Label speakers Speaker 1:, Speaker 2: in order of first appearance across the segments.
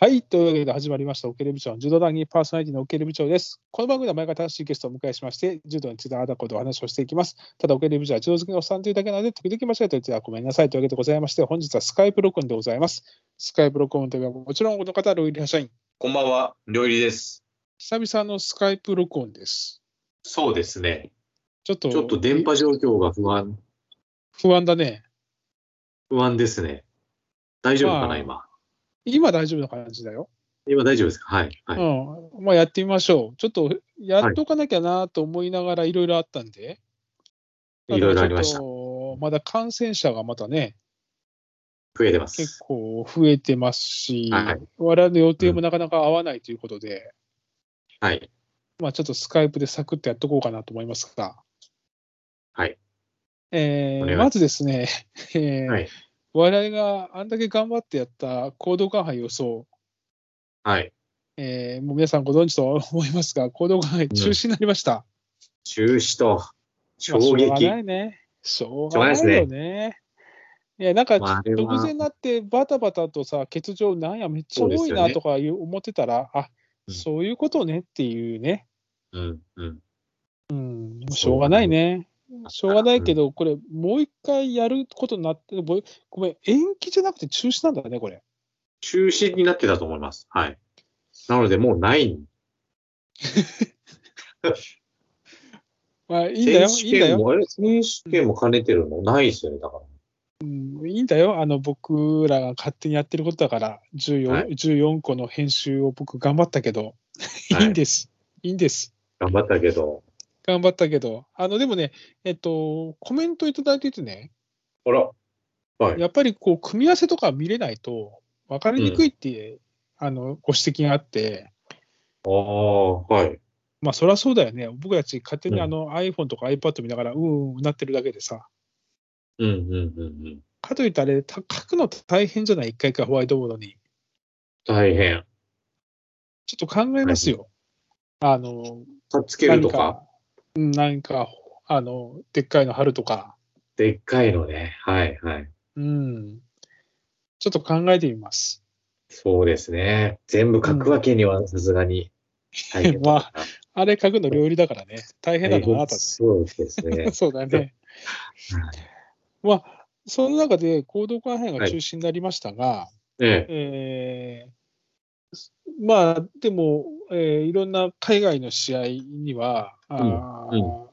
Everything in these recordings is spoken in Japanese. Speaker 1: はい。というわけで始まりました、オケル部長の柔道団にパーソナリティのオケル部長です。この番組では毎回楽しいゲストをお迎えしまして、柔道についてあなたことをお話をしていきます。ただ、オケル部長は柔道好きのおっさんというだけなので、時々間違えたりはごめんなさいというわけでございまして、本日はスカイプ録音でございます。スカイプ録音といえば、もちろんこの方、ロイリ派社員。
Speaker 2: こんばんは、料理です。
Speaker 1: 久々のスカイプ録音です。
Speaker 2: そうですね。
Speaker 1: ちょっと
Speaker 2: ちょっと電波状況が不安、
Speaker 1: 不安だね。
Speaker 2: 不安ですね。大丈夫か
Speaker 1: まあ
Speaker 2: な、今。
Speaker 1: 今大丈夫な感じだよ。
Speaker 2: 今大丈夫ですかはい。はい。
Speaker 1: うん。まあ、やってみましょう。ちょっと、やっとかなきゃなと思いながらいろいろあったんで。
Speaker 2: いろいろありました
Speaker 1: だからちょっとまだ感染者がまたね、
Speaker 2: 増えてます。
Speaker 1: 結構増えてますし、
Speaker 2: はい
Speaker 1: 我々の予定もなかなか合わないということで、
Speaker 2: はい。
Speaker 1: まあ、ちょっとスカイプでサクッとやっとこうかなと思いますが。
Speaker 2: はい。
Speaker 1: え
Speaker 2: お願い
Speaker 1: ー、まずですね、えー
Speaker 2: はい。
Speaker 1: 我々があんだけ頑張ってやった行動感杯予想、
Speaker 2: はい。
Speaker 1: えーもう皆さんご存知とは思いますが、行動感杯中止になりました。
Speaker 2: 中止と、衝
Speaker 1: まあしょう
Speaker 2: 撃。
Speaker 1: がないね。しょうがないよね。いや、なんか、
Speaker 2: まああれは
Speaker 1: 直前になってバタバタとさ、欠場、なんや、めっちゃ
Speaker 2: そう
Speaker 1: 多
Speaker 2: です
Speaker 1: い
Speaker 2: よ
Speaker 1: な
Speaker 2: ね
Speaker 1: とかいう思ってたら、あ
Speaker 2: うん
Speaker 1: そういうことねっていうね。
Speaker 2: うん。うん。
Speaker 1: うん、しょうがないね。しょうがないけど、これ、もう一回やることになって、ごめんごめん、延期じゃなくて中止なんだね、これ。
Speaker 2: 中止になってたと思います。はい。なので、もうない。
Speaker 1: まあ、いいんだよ、
Speaker 2: 選
Speaker 1: い
Speaker 2: 手
Speaker 1: いんだ
Speaker 2: 権
Speaker 1: よ。
Speaker 2: も、あれ選手権も兼ねてるのないですよね、だから。
Speaker 1: いいんだよ。あの、僕らが勝手にやってることだから、14,
Speaker 2: はい
Speaker 1: 14個の編集を僕頑張ったけど、
Speaker 2: は い
Speaker 1: いいんです。いいんです。
Speaker 2: 頑張ったけど。
Speaker 1: 頑張ったけど、あのでもね、えっと、コメントいただいててね、
Speaker 2: あら。はい。
Speaker 1: やっぱりこう組み合わせとか見れないと分かりにくいって、あのご指摘があって、
Speaker 2: ああ、はい。
Speaker 1: まあそりゃそうだよね、僕たち勝手に
Speaker 2: うん
Speaker 1: あの iPhone とか iPad 見ながら、うんうんなってるだけでさ、
Speaker 2: うんうんうんうん。
Speaker 1: かといってあれ、た書くの大変じゃない、一回一回ホワイトボードに。
Speaker 2: 大変。
Speaker 1: ちょっと考えますよ。あの、
Speaker 2: たっつけるとか。
Speaker 1: うんなんか、あの、でっかいの貼るとか、
Speaker 2: でっかいのね。はいはい。
Speaker 1: うん、ちょっと考えてみます。
Speaker 2: そうですね。全部書くわけにはさすがに大変だ
Speaker 1: ま
Speaker 2: から。
Speaker 1: あれ書くの料理だからね、大変なのあな
Speaker 2: 大
Speaker 1: た。
Speaker 2: 変そうですね
Speaker 1: そうだね。まあ、その中で行動改変が中心になりましたが、
Speaker 2: ええ。
Speaker 1: えーまあ、でも、えーいろんな海外の試合には、あー
Speaker 2: うんう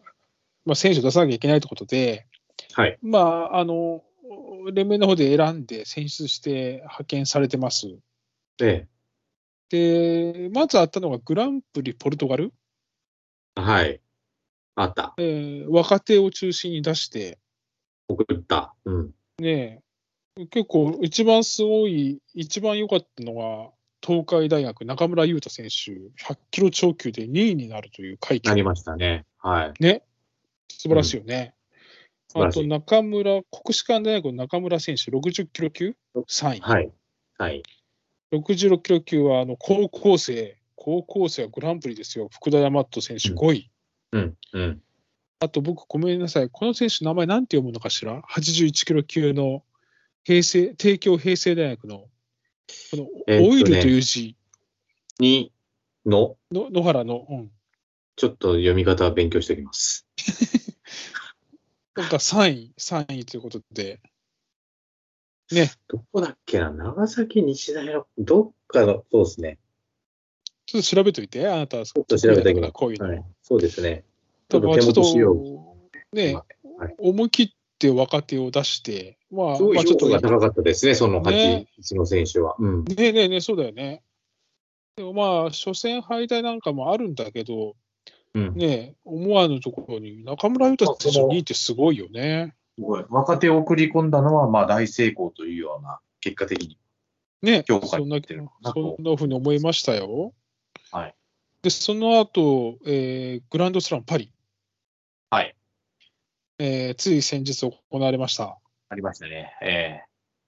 Speaker 1: まあ、選手を出さなきゃいけないということで、
Speaker 2: はい。
Speaker 1: まあ、あの、連盟の方で選んで選出して派遣されてます。
Speaker 2: ええ。
Speaker 1: で、まずあったのがグランプリポルトガル、
Speaker 2: はい。あった。
Speaker 1: えー若手を中心に出して、
Speaker 2: 送った。うん。
Speaker 1: ねえ、結構一番すごい、一番良かったのが、東海大学、中村優太選手、100キロ超級で2位になるという快
Speaker 2: なり
Speaker 1: 挙、
Speaker 2: ましたね。はい。
Speaker 1: 素晴らしいよね。
Speaker 2: 素晴
Speaker 1: あ
Speaker 2: らし
Speaker 1: と
Speaker 2: い
Speaker 1: 中村、国士舘大学の中村選手、60キロ級3位、
Speaker 2: はい。はい。
Speaker 1: 66キロ級はあの高校生、高校生はグランプリですよ、福田山人選手
Speaker 2: うん
Speaker 1: 5位。
Speaker 2: うん。うん。
Speaker 1: あと僕、ごめんなさい、この選手、名前なんて読むのかしら、81キロ級の平成帝京平成大学の、この
Speaker 2: えっとね
Speaker 1: オイルという字、
Speaker 2: に、の、
Speaker 1: の野原の、うん、
Speaker 2: ちょっと読み方を勉強しておきます。
Speaker 1: なんか3位、3位ということで、
Speaker 2: どこだっけな長崎日大の、どっかの、そうですね。
Speaker 1: ちょっと調べといて、あなたは、ち
Speaker 2: ょっと調べておきます
Speaker 1: こういうの。
Speaker 2: はい。そうですね。ち
Speaker 1: だ
Speaker 2: ょっ
Speaker 1: か
Speaker 2: と
Speaker 1: ら
Speaker 2: 手
Speaker 1: ちょっ
Speaker 2: 元資料。
Speaker 1: と、ね、
Speaker 2: はい
Speaker 1: 思い切って若手を出して、まあ、
Speaker 2: すごい
Speaker 1: まあ、ちょ
Speaker 2: 評
Speaker 1: っと
Speaker 2: 価が高かったですね、その
Speaker 1: ね
Speaker 2: 8、一の選手は。うん。
Speaker 1: ねえねえねえ、そうだよね。でもまあ、初戦敗退なんかもあるんだけど、
Speaker 2: うん
Speaker 1: ねえ、思わぬところに、中村優太選手2位ってすごいよね。
Speaker 2: すごい。若手を送り込んだのは、まあ大成功というような、結果的に。
Speaker 1: ね
Speaker 2: 評価
Speaker 1: そんな、
Speaker 2: に出るのかな
Speaker 1: そんなふうに思いましたよ。
Speaker 2: はい。
Speaker 1: で、その後、えーグランドスラムパリ、
Speaker 2: はい。
Speaker 1: えーつい先日行われました。
Speaker 2: ありましたね。え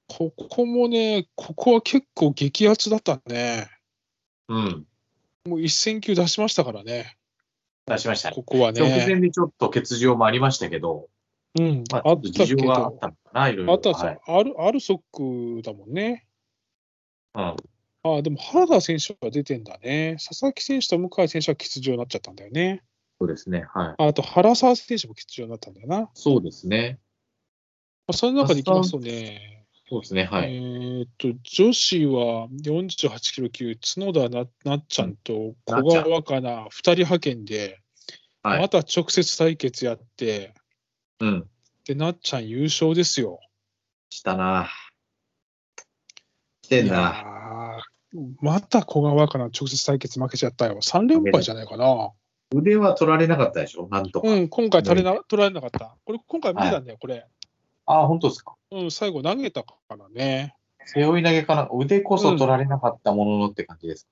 Speaker 1: ここもね、ここは結構激アツだったね。
Speaker 2: えうん。
Speaker 1: もう1000球出しましたからね、
Speaker 2: 出しましたね。
Speaker 1: ここは
Speaker 2: 直
Speaker 1: ね。
Speaker 2: 前でちょっと欠場もありましたけど、
Speaker 1: うん、
Speaker 2: まあ、ち
Speaker 1: あ
Speaker 2: ょ
Speaker 1: っ
Speaker 2: っと
Speaker 1: た
Speaker 2: 事
Speaker 1: け
Speaker 2: 情があ
Speaker 1: ど
Speaker 2: っ。たのかな、いろいろ。
Speaker 1: あったんです
Speaker 2: は
Speaker 1: よ
Speaker 2: い。
Speaker 1: アルアルソックだもんね。
Speaker 2: うん。
Speaker 1: ああ、でも原田選手は出てんだね。佐々木選手と向井選手は欠場になっちゃったんだよね。
Speaker 2: そうですね。はい。
Speaker 1: ああと原沢選手も欠場になったんだよな。ま
Speaker 2: そうですね。
Speaker 1: あ、その中でいきますとね、
Speaker 2: そうですね。はい。
Speaker 1: えーっと、女子は48キロ級、角田ななっちゃんと小川かな、2人派遣で、
Speaker 2: はい
Speaker 1: また直接対決やって、
Speaker 2: うん。
Speaker 1: で、なっちゃん優勝ですよ。
Speaker 2: したな。来てん
Speaker 1: い
Speaker 2: な。
Speaker 1: やーまた小川かな、直接対決負けちゃったよ。3連敗じゃないかな。
Speaker 2: 腕は取られなかったでしょなんとか。
Speaker 1: うん、今回取れな取られなかった。これ、今回見てたんだよ、これ。
Speaker 2: ああ、本当ですか。
Speaker 1: うん、最後投げたからね。
Speaker 2: 背負い投げかな。腕こそ取られなかったもののって感じです。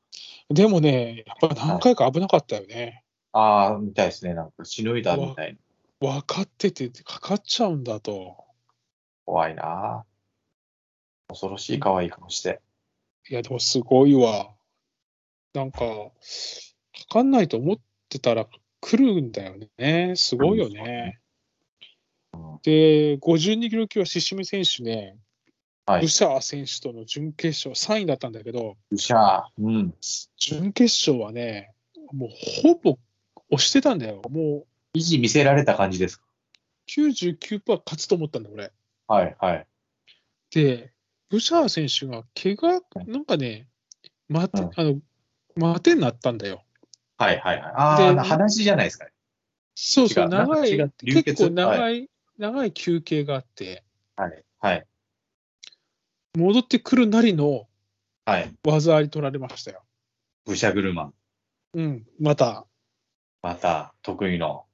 Speaker 1: でもね、やっぱ何回か危なかったよね。
Speaker 2: ああ、みたいですね。なんか、しのいだみたいな。
Speaker 1: 分かってて、かかっちゃうんだと。
Speaker 2: 怖いな。恐ろしい可愛い顔して。
Speaker 1: いや、でもすごいわ。なんか、かかんないと思ってたら来るんだよね。すごいよね。で、52キロ級はシム選手ね、
Speaker 2: はい
Speaker 1: ブシャー選手との準決勝、3位だったんだけど、
Speaker 2: うしゃー。うん。
Speaker 1: 準決勝はね、もうほぼ押してたんだよ。もう
Speaker 2: 意地見せられた感じですか。
Speaker 1: 99%は勝つと思ったんだ、俺。
Speaker 2: はい、はい。
Speaker 1: で、ブシャー選手が怪我、なんかね、待て、
Speaker 2: うん
Speaker 1: あの、待てになったんだよ。
Speaker 2: はい、はい、はい。ああ、
Speaker 1: で
Speaker 2: な話じゃないですか。
Speaker 1: そうそ
Speaker 2: 違
Speaker 1: う、
Speaker 2: うなんか
Speaker 1: 長い
Speaker 2: 違う、流血
Speaker 1: 結構長い、長い休憩があって、
Speaker 2: はい、はい、
Speaker 1: 戻ってくるなりの
Speaker 2: はい。
Speaker 1: 技あり取られましたよ。
Speaker 2: ブシャグルマン。
Speaker 1: うん、また、
Speaker 2: また、得意の。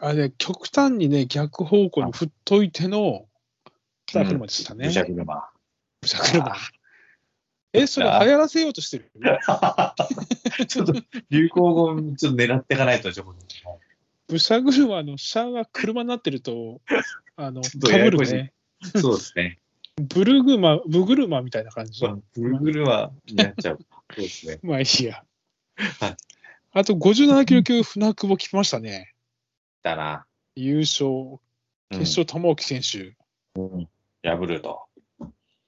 Speaker 1: あれね、極端にね、逆方向に振っといての、肩車でしたね。
Speaker 2: ブシャグルマン。
Speaker 1: ブシャ車。え、それ流行らせようとしてる
Speaker 2: ちょっと、流行語、ちょっと狙っていかないと、ちょっと。
Speaker 1: ブシャ車の車が車になってると、あの、
Speaker 2: ち
Speaker 1: 被
Speaker 2: ょっとややこ
Speaker 1: る
Speaker 2: しい
Speaker 1: ね。
Speaker 2: そうですね。
Speaker 1: ブルグマ、ブグルマみたいな感じ。
Speaker 2: ブルグルマになっちゃう。そうですね。
Speaker 1: まあいいや
Speaker 2: はい。
Speaker 1: あと57キロ級船久保来ましたね。
Speaker 2: だな。
Speaker 1: 優勝、
Speaker 2: うん
Speaker 1: 決勝、玉置選手。
Speaker 2: 破ると。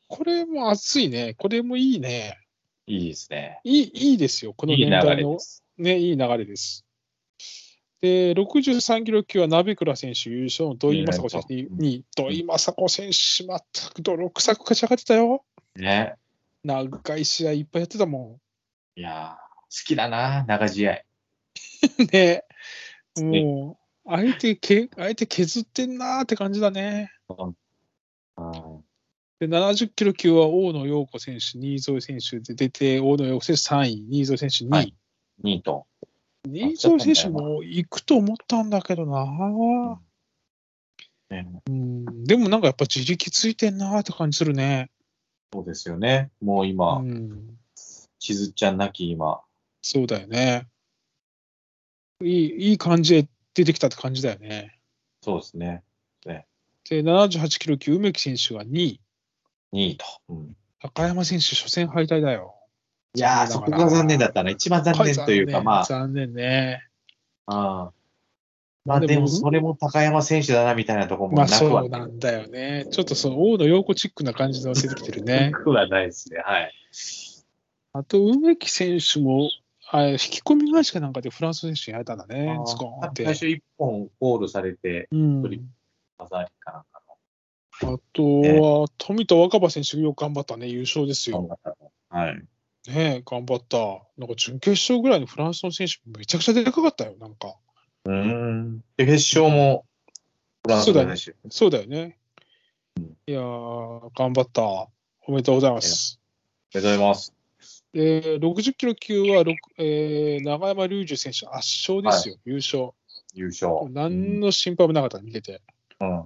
Speaker 1: これも熱いね。これもいいね。
Speaker 2: いいですね。
Speaker 1: いい、いいですよ。この
Speaker 2: いい
Speaker 1: 年
Speaker 2: 流
Speaker 1: 代
Speaker 2: れ
Speaker 1: の
Speaker 2: で。す。
Speaker 1: ね、いい流れです。で、63キロ級は鍋倉選手優勝の土井雅子選手
Speaker 2: いいね
Speaker 1: に、に土井雅子選手、全く泥臭く勝ち上がってたよ。
Speaker 2: ね。
Speaker 1: 長い試合いっぱいやってたも
Speaker 2: いやー好きだな、長試合。
Speaker 1: ん。 ね。もう、相手け、相手削ってんなーって感じだね。
Speaker 2: うん
Speaker 1: で、70キロ級は大野陽子選手、新添選手で出て、大野陽子選手3位、新添選手2位。
Speaker 2: はいニート。
Speaker 1: 新添選手も行くと思ったんだけどな、
Speaker 2: ね
Speaker 1: うん、でもなんかやっぱ自力ついてんなって感じするね。
Speaker 2: そうですよね。もう
Speaker 1: う
Speaker 2: 今、
Speaker 1: ん、
Speaker 2: しずちゃんなき今。
Speaker 1: そうだよね。いいいい感じで出てきたって感じだよね。
Speaker 2: そうですね。
Speaker 1: で、78キロ級、梅木選手が2位、
Speaker 2: ニート。うん
Speaker 1: 高山選手、初戦敗退だよ。
Speaker 2: いやー、そこが残念だったな。一番残念とい
Speaker 1: これ残
Speaker 2: うか、
Speaker 1: 念
Speaker 2: まあ
Speaker 1: 残念ね。
Speaker 2: ああ。まあ
Speaker 1: でも
Speaker 2: でも、それも高山選手だな、みたいなところも
Speaker 1: ま
Speaker 2: な
Speaker 1: あ
Speaker 2: くは
Speaker 1: そうなんだよね。ちょっとその大野陽子チックな感じの出てきてるね。
Speaker 2: なくはないですね。はい。
Speaker 1: あと、梅木選手も、あ引き込み会社なんかでフランス選手にやられたんだね
Speaker 2: あ、あ
Speaker 1: ズコーンっ
Speaker 2: 最
Speaker 1: て。
Speaker 2: 初一本ゴールされて、
Speaker 1: うん、
Speaker 2: トリまさにかなんか
Speaker 1: あとは、富田若葉選手、よく頑張ったね、優勝です
Speaker 2: の
Speaker 1: よ。
Speaker 2: 頑張ったのはい。
Speaker 1: ねえ頑張った。なんか準決勝ぐらいのフランスの選手、めちゃくちゃでかかったよ、なんか。
Speaker 2: うーん。で、決勝も、フランスの選手。
Speaker 1: そうだよね。いやー、頑張った。おめでとうございます。
Speaker 2: おめでとうございます。
Speaker 1: で、60キロ級は、ろくえー、長山隆二選手、圧勝ですよ、優勝。
Speaker 2: 優勝。
Speaker 1: 何の心配もなかった、見てて。
Speaker 2: うん。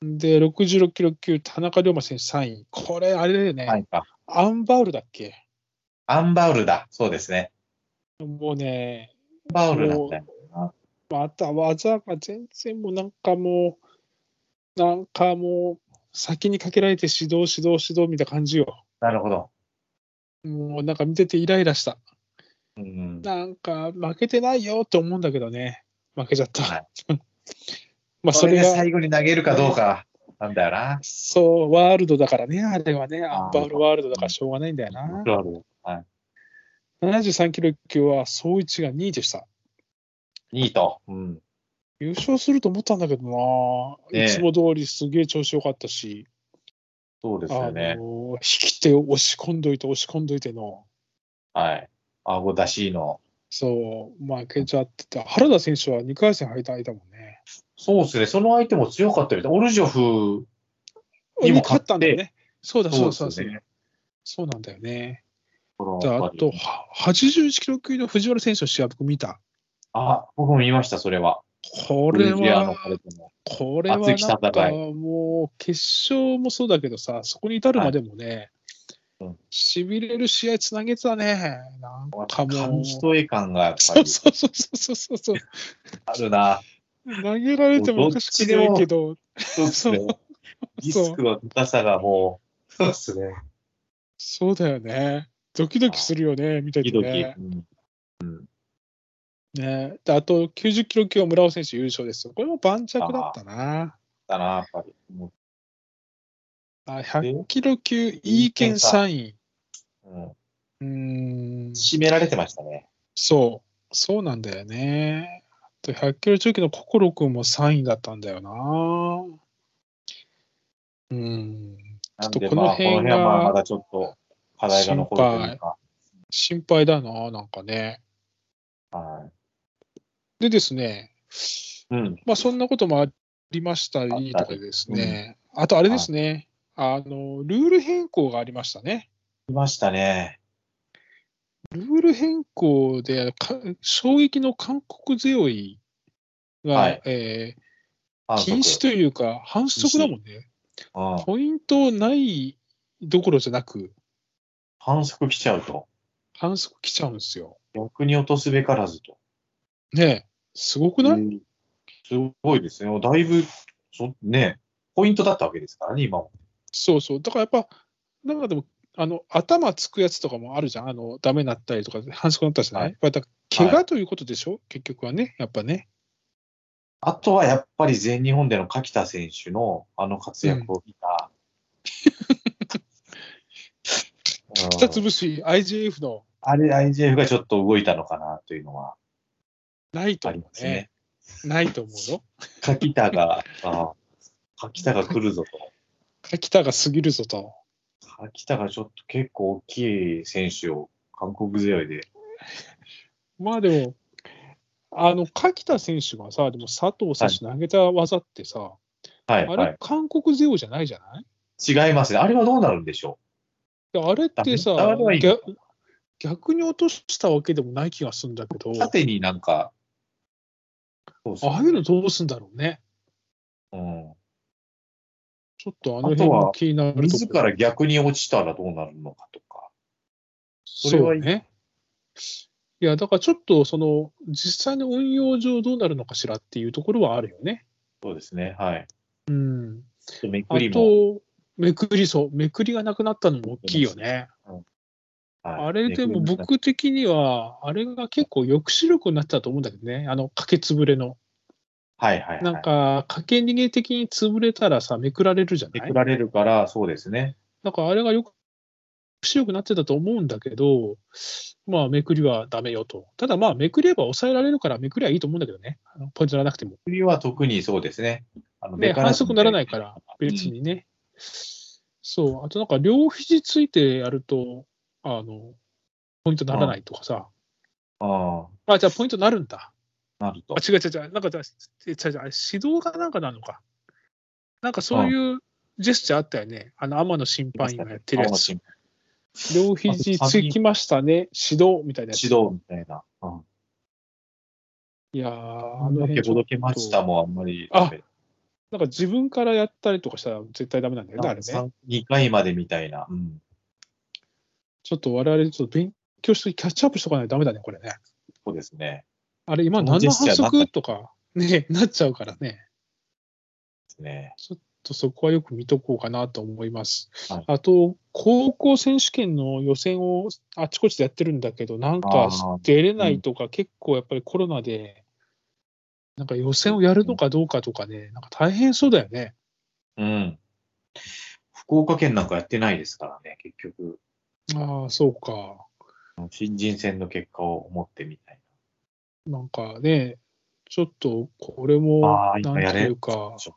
Speaker 1: で、66キロ級、田中龍馬選手3位。これ、あれだよね、
Speaker 2: はいか。
Speaker 1: アンバウルだっけ
Speaker 2: アンバウルだ。そうですね。
Speaker 1: もうね、
Speaker 2: アンバウルだったよ。
Speaker 1: また技が全然もうなんかもう、なんかもう、先にかけられて指導、指導、指導みたいな感じよ。
Speaker 2: なるほど。
Speaker 1: もうなんか見ててイライラした。
Speaker 2: うん。
Speaker 1: なんか負けてないよって思うんだけどね、負けちゃった。
Speaker 2: はい
Speaker 1: まあ
Speaker 2: そ
Speaker 1: そ
Speaker 2: れ
Speaker 1: れ
Speaker 2: で
Speaker 1: が、
Speaker 2: 最後に投げるかどうかなんだよな。
Speaker 1: そう、ワールドだからね、あれはね、
Speaker 2: あー
Speaker 1: アンバウルワールドだからしょうがないんだよな。
Speaker 2: なるほど。はい
Speaker 1: 73キロ級は総一が2位でした。
Speaker 2: 2位と。うん。
Speaker 1: 優勝すると思ったんだけどな、
Speaker 2: ねえ
Speaker 1: いつも通りすげえ調子良かったし、
Speaker 2: そうです
Speaker 1: あ
Speaker 2: よ
Speaker 1: の
Speaker 2: ね。
Speaker 1: 引き手を押し込んどいて、押し込んどいての、
Speaker 2: はい。顎出しの。
Speaker 1: そう、負けちゃってた。原田選手は2回戦敗退だもんね。
Speaker 2: そうですね。その相手も強かったみたい。オルジョフ、にも勝って
Speaker 1: たんだよね。そうだ、そうだ、そ
Speaker 2: そうう
Speaker 1: だそ
Speaker 2: です
Speaker 1: う
Speaker 2: ね
Speaker 1: だ。そうなんだよね。
Speaker 2: こ
Speaker 1: で
Speaker 2: の
Speaker 1: あと、は81キロ級の藤原選手の試合、僕見た。
Speaker 2: あ、僕も見ました、それは。
Speaker 1: これ
Speaker 2: オルジアの
Speaker 1: は、
Speaker 2: 彼とも
Speaker 1: これはな
Speaker 2: 熱き戦
Speaker 1: ん
Speaker 2: い
Speaker 1: かもう決勝もそうだけどさ、そこに至るまでもね
Speaker 2: はいうん、
Speaker 1: しびれる試合つなげてたね。なんかもう。
Speaker 2: 紙
Speaker 1: そ
Speaker 2: 一重感がやっぱ
Speaker 1: う
Speaker 2: り
Speaker 1: そうそうそうそうそう。
Speaker 2: あるな。
Speaker 1: 投げられてもおかしくないけど、
Speaker 2: そうですね。リ
Speaker 1: そう
Speaker 2: スクの高さがもう、そうですね。
Speaker 1: そうだよね。ドキドキするよね、見て
Speaker 2: 時
Speaker 1: て
Speaker 2: 々。
Speaker 1: ね。
Speaker 2: うん
Speaker 1: ねであと、90キロ級は村尾選手優勝ですよ。これも盤石だったな。
Speaker 2: だな、やっぱり。うん
Speaker 1: あ100キロ級、いい県3位。
Speaker 2: うん
Speaker 1: うーん。
Speaker 2: 締められてましたね。
Speaker 1: そう、そうなんだよね。あと100キロ超級の心くんも3位だったんだよな。うん、
Speaker 2: なん
Speaker 1: ちょ
Speaker 2: で、
Speaker 1: っとこの
Speaker 2: まあ、こ
Speaker 1: 辺が
Speaker 2: の辺はまあまだちょっと課題が残るというか。
Speaker 1: 心配だな、なんかね。
Speaker 2: は
Speaker 1: でですね、
Speaker 2: い。うん。
Speaker 1: まあそんなこともありましたりとかですね、あとあれですね、あの、ルール変更がありましたね。
Speaker 2: いましたね。
Speaker 1: ルール変更で、か衝撃の韓国強いが、
Speaker 2: はい
Speaker 1: えー
Speaker 2: 反則
Speaker 1: 禁止というか、反則だもんね。
Speaker 2: うん。
Speaker 1: ポイントないどころじゃなく、
Speaker 2: 反則来ちゃうと。
Speaker 1: 反則来ちゃうんですよ。
Speaker 2: 逆に落とすべからずと。
Speaker 1: ねえ、すごくない、
Speaker 2: うんすごいですね。だいぶ、そね、ポイントだったわけですからね、今も。
Speaker 1: そうそう。だからやっぱ、なんかでも、あの、頭つくやつとかもあるじゃん。あの、ダメになったりとか、反則になったりじゃない、
Speaker 2: はい
Speaker 1: やっぱだから怪我ということでしょ、結局はね、やっぱね。
Speaker 2: あとはやっぱり全日本での柿田選手のあの活躍を見 た。うん
Speaker 1: 北潰し IGF の
Speaker 2: あれ、IGF がちょっと動いたのかなというのは
Speaker 1: ないと
Speaker 2: あり
Speaker 1: 思
Speaker 2: ま
Speaker 1: う
Speaker 2: す
Speaker 1: ね。
Speaker 2: ね。
Speaker 1: ないと思うよ。
Speaker 2: 柿田が、あ柿田が来るぞと。
Speaker 1: 柿田が過ぎるぞと。
Speaker 2: 柿田がちょっと結構大きい選手を韓国強いで。
Speaker 1: まあでも、あの、柿田選手がさ、でも佐藤選手投げた技ってさ、
Speaker 2: は
Speaker 1: あ
Speaker 2: い、は
Speaker 1: れ
Speaker 2: い。、
Speaker 1: 韓国勢じゃないじゃない
Speaker 2: 違いますね。あれはどうなるんでしょ
Speaker 1: であれってさ
Speaker 2: ダメダメはいい
Speaker 1: 逆、逆に落としたわけでもない気がするんだけど
Speaker 2: う、縦になんか、そうですね
Speaker 1: ああいうのどうすんだろうね。
Speaker 2: うん
Speaker 1: ちょっとあの辺が気になるとこ
Speaker 2: 自ら逆に落ちたらどうなるのかとか。
Speaker 1: そ
Speaker 2: それは
Speaker 1: うね。いや、だからちょっと、その、実際の運用上どうなるのかしらっていうところはあるよね。
Speaker 2: そうですね。はい。
Speaker 1: うん。
Speaker 2: ちょっとめ
Speaker 1: あ
Speaker 2: くりも。
Speaker 1: と、めくりそう。めくりがなくなったのも大きいよね。
Speaker 2: はい
Speaker 1: あれでも
Speaker 2: めくり
Speaker 1: 僕的には、あれが結構抑止力になってたと思うんだけどね。あの、かけ潰れの。
Speaker 2: はいはい、はい。
Speaker 1: なん、か、かけ逃げ的に潰れたらさ、めくられるじゃ
Speaker 2: め
Speaker 1: ない
Speaker 2: くられるから、そうですね。
Speaker 1: なんかあれがよく強くなってたと思うんだけど、まあ、めくりはダメよと。ただまあ、めくれば抑えられるから、めくりはいいと思うんだけどね。あのポイントならなくても。
Speaker 2: めくりは特にそうですね。あの。
Speaker 1: ね、反則にならないからら、別にね。そう。あとなんか、両肘ついてやると、あの、ポイントならないとかさ。
Speaker 2: あ
Speaker 1: あ、じゃあポイントなるんだ。
Speaker 2: あ、なると
Speaker 1: あ、。違う違う違う。なんか、違う違う違う指導がなんかなのか。なんかそういうジェスチャーあったよね。あの、天野審判員がやってるや
Speaker 2: 青の
Speaker 1: つ。
Speaker 2: 心
Speaker 1: 両肘つきましたね、指導みたいなやつ。
Speaker 2: 指導みたいな。うん。
Speaker 1: いやー、
Speaker 2: あ
Speaker 1: あの
Speaker 2: の
Speaker 1: 辺
Speaker 2: け
Speaker 1: ちょ
Speaker 2: ぼ
Speaker 1: っ
Speaker 2: どけましたもあんまり。
Speaker 1: あなんか自分からやったりとかしたら絶対ダメなんだよね、あれね。
Speaker 2: 2回までみたいな。うん。
Speaker 1: ちょっと我々ちょっと勉強してキャッチアップしとかないとダメだね、これね。
Speaker 2: そうですね。
Speaker 1: あれ、今何
Speaker 2: ジ
Speaker 1: の
Speaker 2: ェスチ
Speaker 1: 反
Speaker 2: ャーなか
Speaker 1: 則
Speaker 2: っ
Speaker 1: とか、ね、なっちゃうからね。
Speaker 2: ですね。
Speaker 1: ちょっとそこはよく見とこうかなと思います。
Speaker 2: はい
Speaker 1: あと、高校選手権の予選をあちこちでやってるんだけど、なんか
Speaker 2: あー
Speaker 1: 出れないとか、結構やっぱりコロナで、なんか予選をやるのかどうかとかね、なんか大変そうだよね。
Speaker 2: うん。福岡県なんかやってないですからね、結局。
Speaker 1: ああ、そうか。
Speaker 2: 新人戦の結果を思ってみたい
Speaker 1: なんかね、ちょっとこれ
Speaker 2: な。
Speaker 1: も
Speaker 2: ああ、、
Speaker 1: なん
Speaker 2: 今や
Speaker 1: て
Speaker 2: れ
Speaker 1: い
Speaker 2: る
Speaker 1: うか、
Speaker 2: ちょ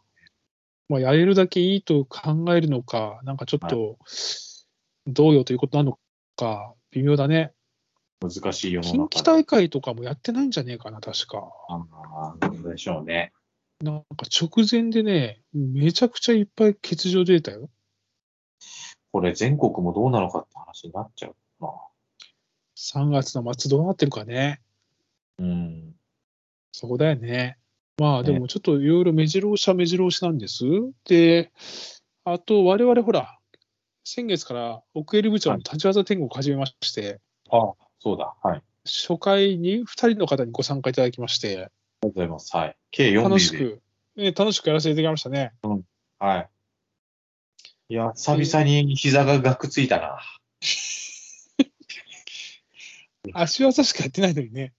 Speaker 1: まあ、やれるだけいいと考えるのか、なんかちょっと、どうよということなのか、微妙だね。
Speaker 2: 難しい世
Speaker 1: 近
Speaker 2: の
Speaker 1: 畿
Speaker 2: 中
Speaker 1: 大会とかもやってないんじゃねえかな、確か。
Speaker 2: ああ、なんでしょうね。
Speaker 1: なんか直前でね、めちゃくちゃいっぱい欠場出たよ。
Speaker 2: これ全国もどうなのかって話になっちゃうな。
Speaker 1: 3月の末どうなってるかね。
Speaker 2: うん。
Speaker 1: そこだよね。まあ
Speaker 2: ね
Speaker 1: でもちょっといろいろ目白押しは目白押しなんです。で、あと我々ほら、先月から奥襟部長の立ち技天国を始めまして、
Speaker 2: あそうだ。はい。あり
Speaker 1: 初回に2人の方にご参加いただきまして、
Speaker 2: がとうございます。はい。計4名で。
Speaker 1: 楽しく、ね、楽しくやらせていただきましたね。
Speaker 2: はい。いや、久々に膝がガクついたな。
Speaker 1: 足技しかやってないのにね。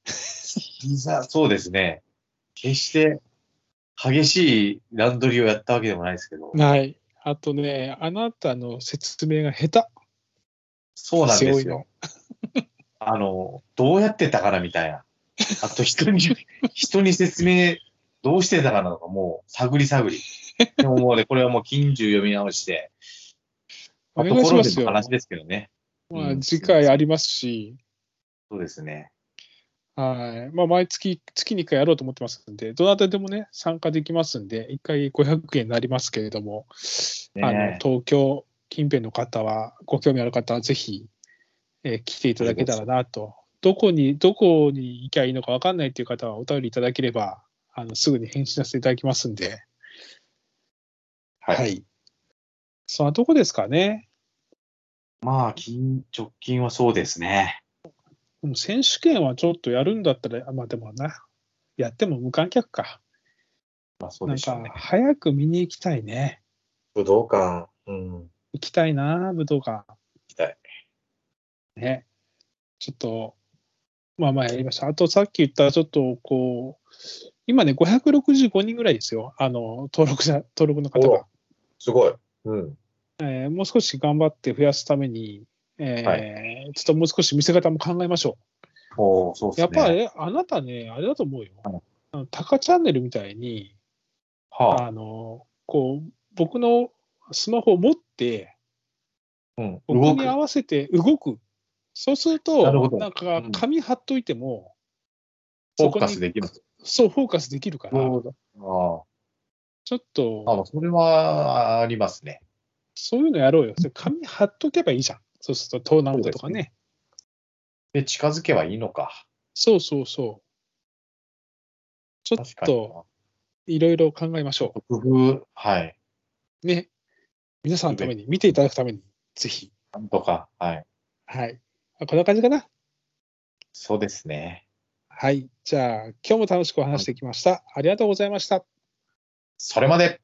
Speaker 2: 膝、そうですね。決して激しい段取りをやったわけでもないですけど、
Speaker 1: はい。あとね、あなたの説明が下
Speaker 2: そう
Speaker 1: 手。
Speaker 2: なんで
Speaker 1: 強
Speaker 2: す
Speaker 1: い
Speaker 2: よ
Speaker 1: の。。
Speaker 2: あの、どうやってたかなみたいな。あと 人に、人に説明どうしてたかなとか、もう探り探り。でももうね、これはもう近所読み直して、
Speaker 1: お
Speaker 2: まあと
Speaker 1: 願い
Speaker 2: こ
Speaker 1: し
Speaker 2: ろ
Speaker 1: ます
Speaker 2: での
Speaker 1: よ。
Speaker 2: 話ですけどね。
Speaker 1: ま
Speaker 2: う
Speaker 1: あ、
Speaker 2: ん
Speaker 1: 次回ありますし、
Speaker 2: そうですね。
Speaker 1: はい。まあ、毎月、月に1回やろうと思ってますんで、どなたでもね、参加できますんで、1回500円になりますけれども、
Speaker 2: ね
Speaker 1: あの東京近辺の方は、ご興味ある方はぜひ、えー来ていただけたらなと。どこに、どこに行きゃいいのか分かんないという方はお便りいただければ、あのすぐに返信させていただきますんで。
Speaker 2: はい
Speaker 1: そんなとこですかね。
Speaker 2: まあ、近直近はそうですね。
Speaker 1: でも選手権はちょっとやるんだったら、あまあでもな、やっても無観客か。
Speaker 2: まあ、そう
Speaker 1: な
Speaker 2: で
Speaker 1: ん
Speaker 2: しょう
Speaker 1: か
Speaker 2: ね。、
Speaker 1: 早く見に行きたいね。
Speaker 3: 武道館、うん。
Speaker 1: 行きたいな、武道館。
Speaker 2: 行きたい。
Speaker 1: ね。ちょっと、まあまあやりました。あとさっき言った、ちょっとこう、今ね、565人ぐらいですよ。あの、登録者、登録の方が。
Speaker 3: すごい。うん。
Speaker 1: えーもう少し頑張って増やすために、えー
Speaker 2: は
Speaker 1: ちょっともう少し見せ方も考えましょ
Speaker 2: おーそうで
Speaker 1: う。
Speaker 2: すね。
Speaker 1: やっぱり、あなたね、あれだと思うよ。あのタカチャンネルみたいに、
Speaker 2: はあ、
Speaker 1: あの、こう、僕のスマホを持って、
Speaker 2: うん、
Speaker 1: 僕
Speaker 2: 動く
Speaker 1: に。合わせて動く。そうする
Speaker 2: なるほ
Speaker 1: と、
Speaker 2: ど
Speaker 1: なんか
Speaker 2: うん
Speaker 1: 紙貼っといても、
Speaker 2: フォ
Speaker 1: そこ
Speaker 2: ー
Speaker 1: に
Speaker 2: カスできます。
Speaker 1: そう、フォーカスできるから、
Speaker 2: ど。あ
Speaker 1: ちょっ
Speaker 2: あ、
Speaker 1: と、
Speaker 2: あそれはありますね。
Speaker 1: そういうのやろうよ。それ紙貼っとけばいいじゃん。そうすると、トーナメントとかね。
Speaker 2: で、近づけばいいのか。
Speaker 1: そうそうそう。ちょっ
Speaker 2: 確かに
Speaker 1: と、
Speaker 2: な。
Speaker 1: いろいろ考えましょ
Speaker 2: 工夫、はい。
Speaker 1: う。ね。皆さんのために、見ていただくために、ぜひ。
Speaker 2: なんとか、はい。
Speaker 1: はい。あこんな感じかな。
Speaker 2: そうですね。
Speaker 1: はい。じゃあ、今日も楽しくお話してきました。ありがとうございました。
Speaker 2: それまで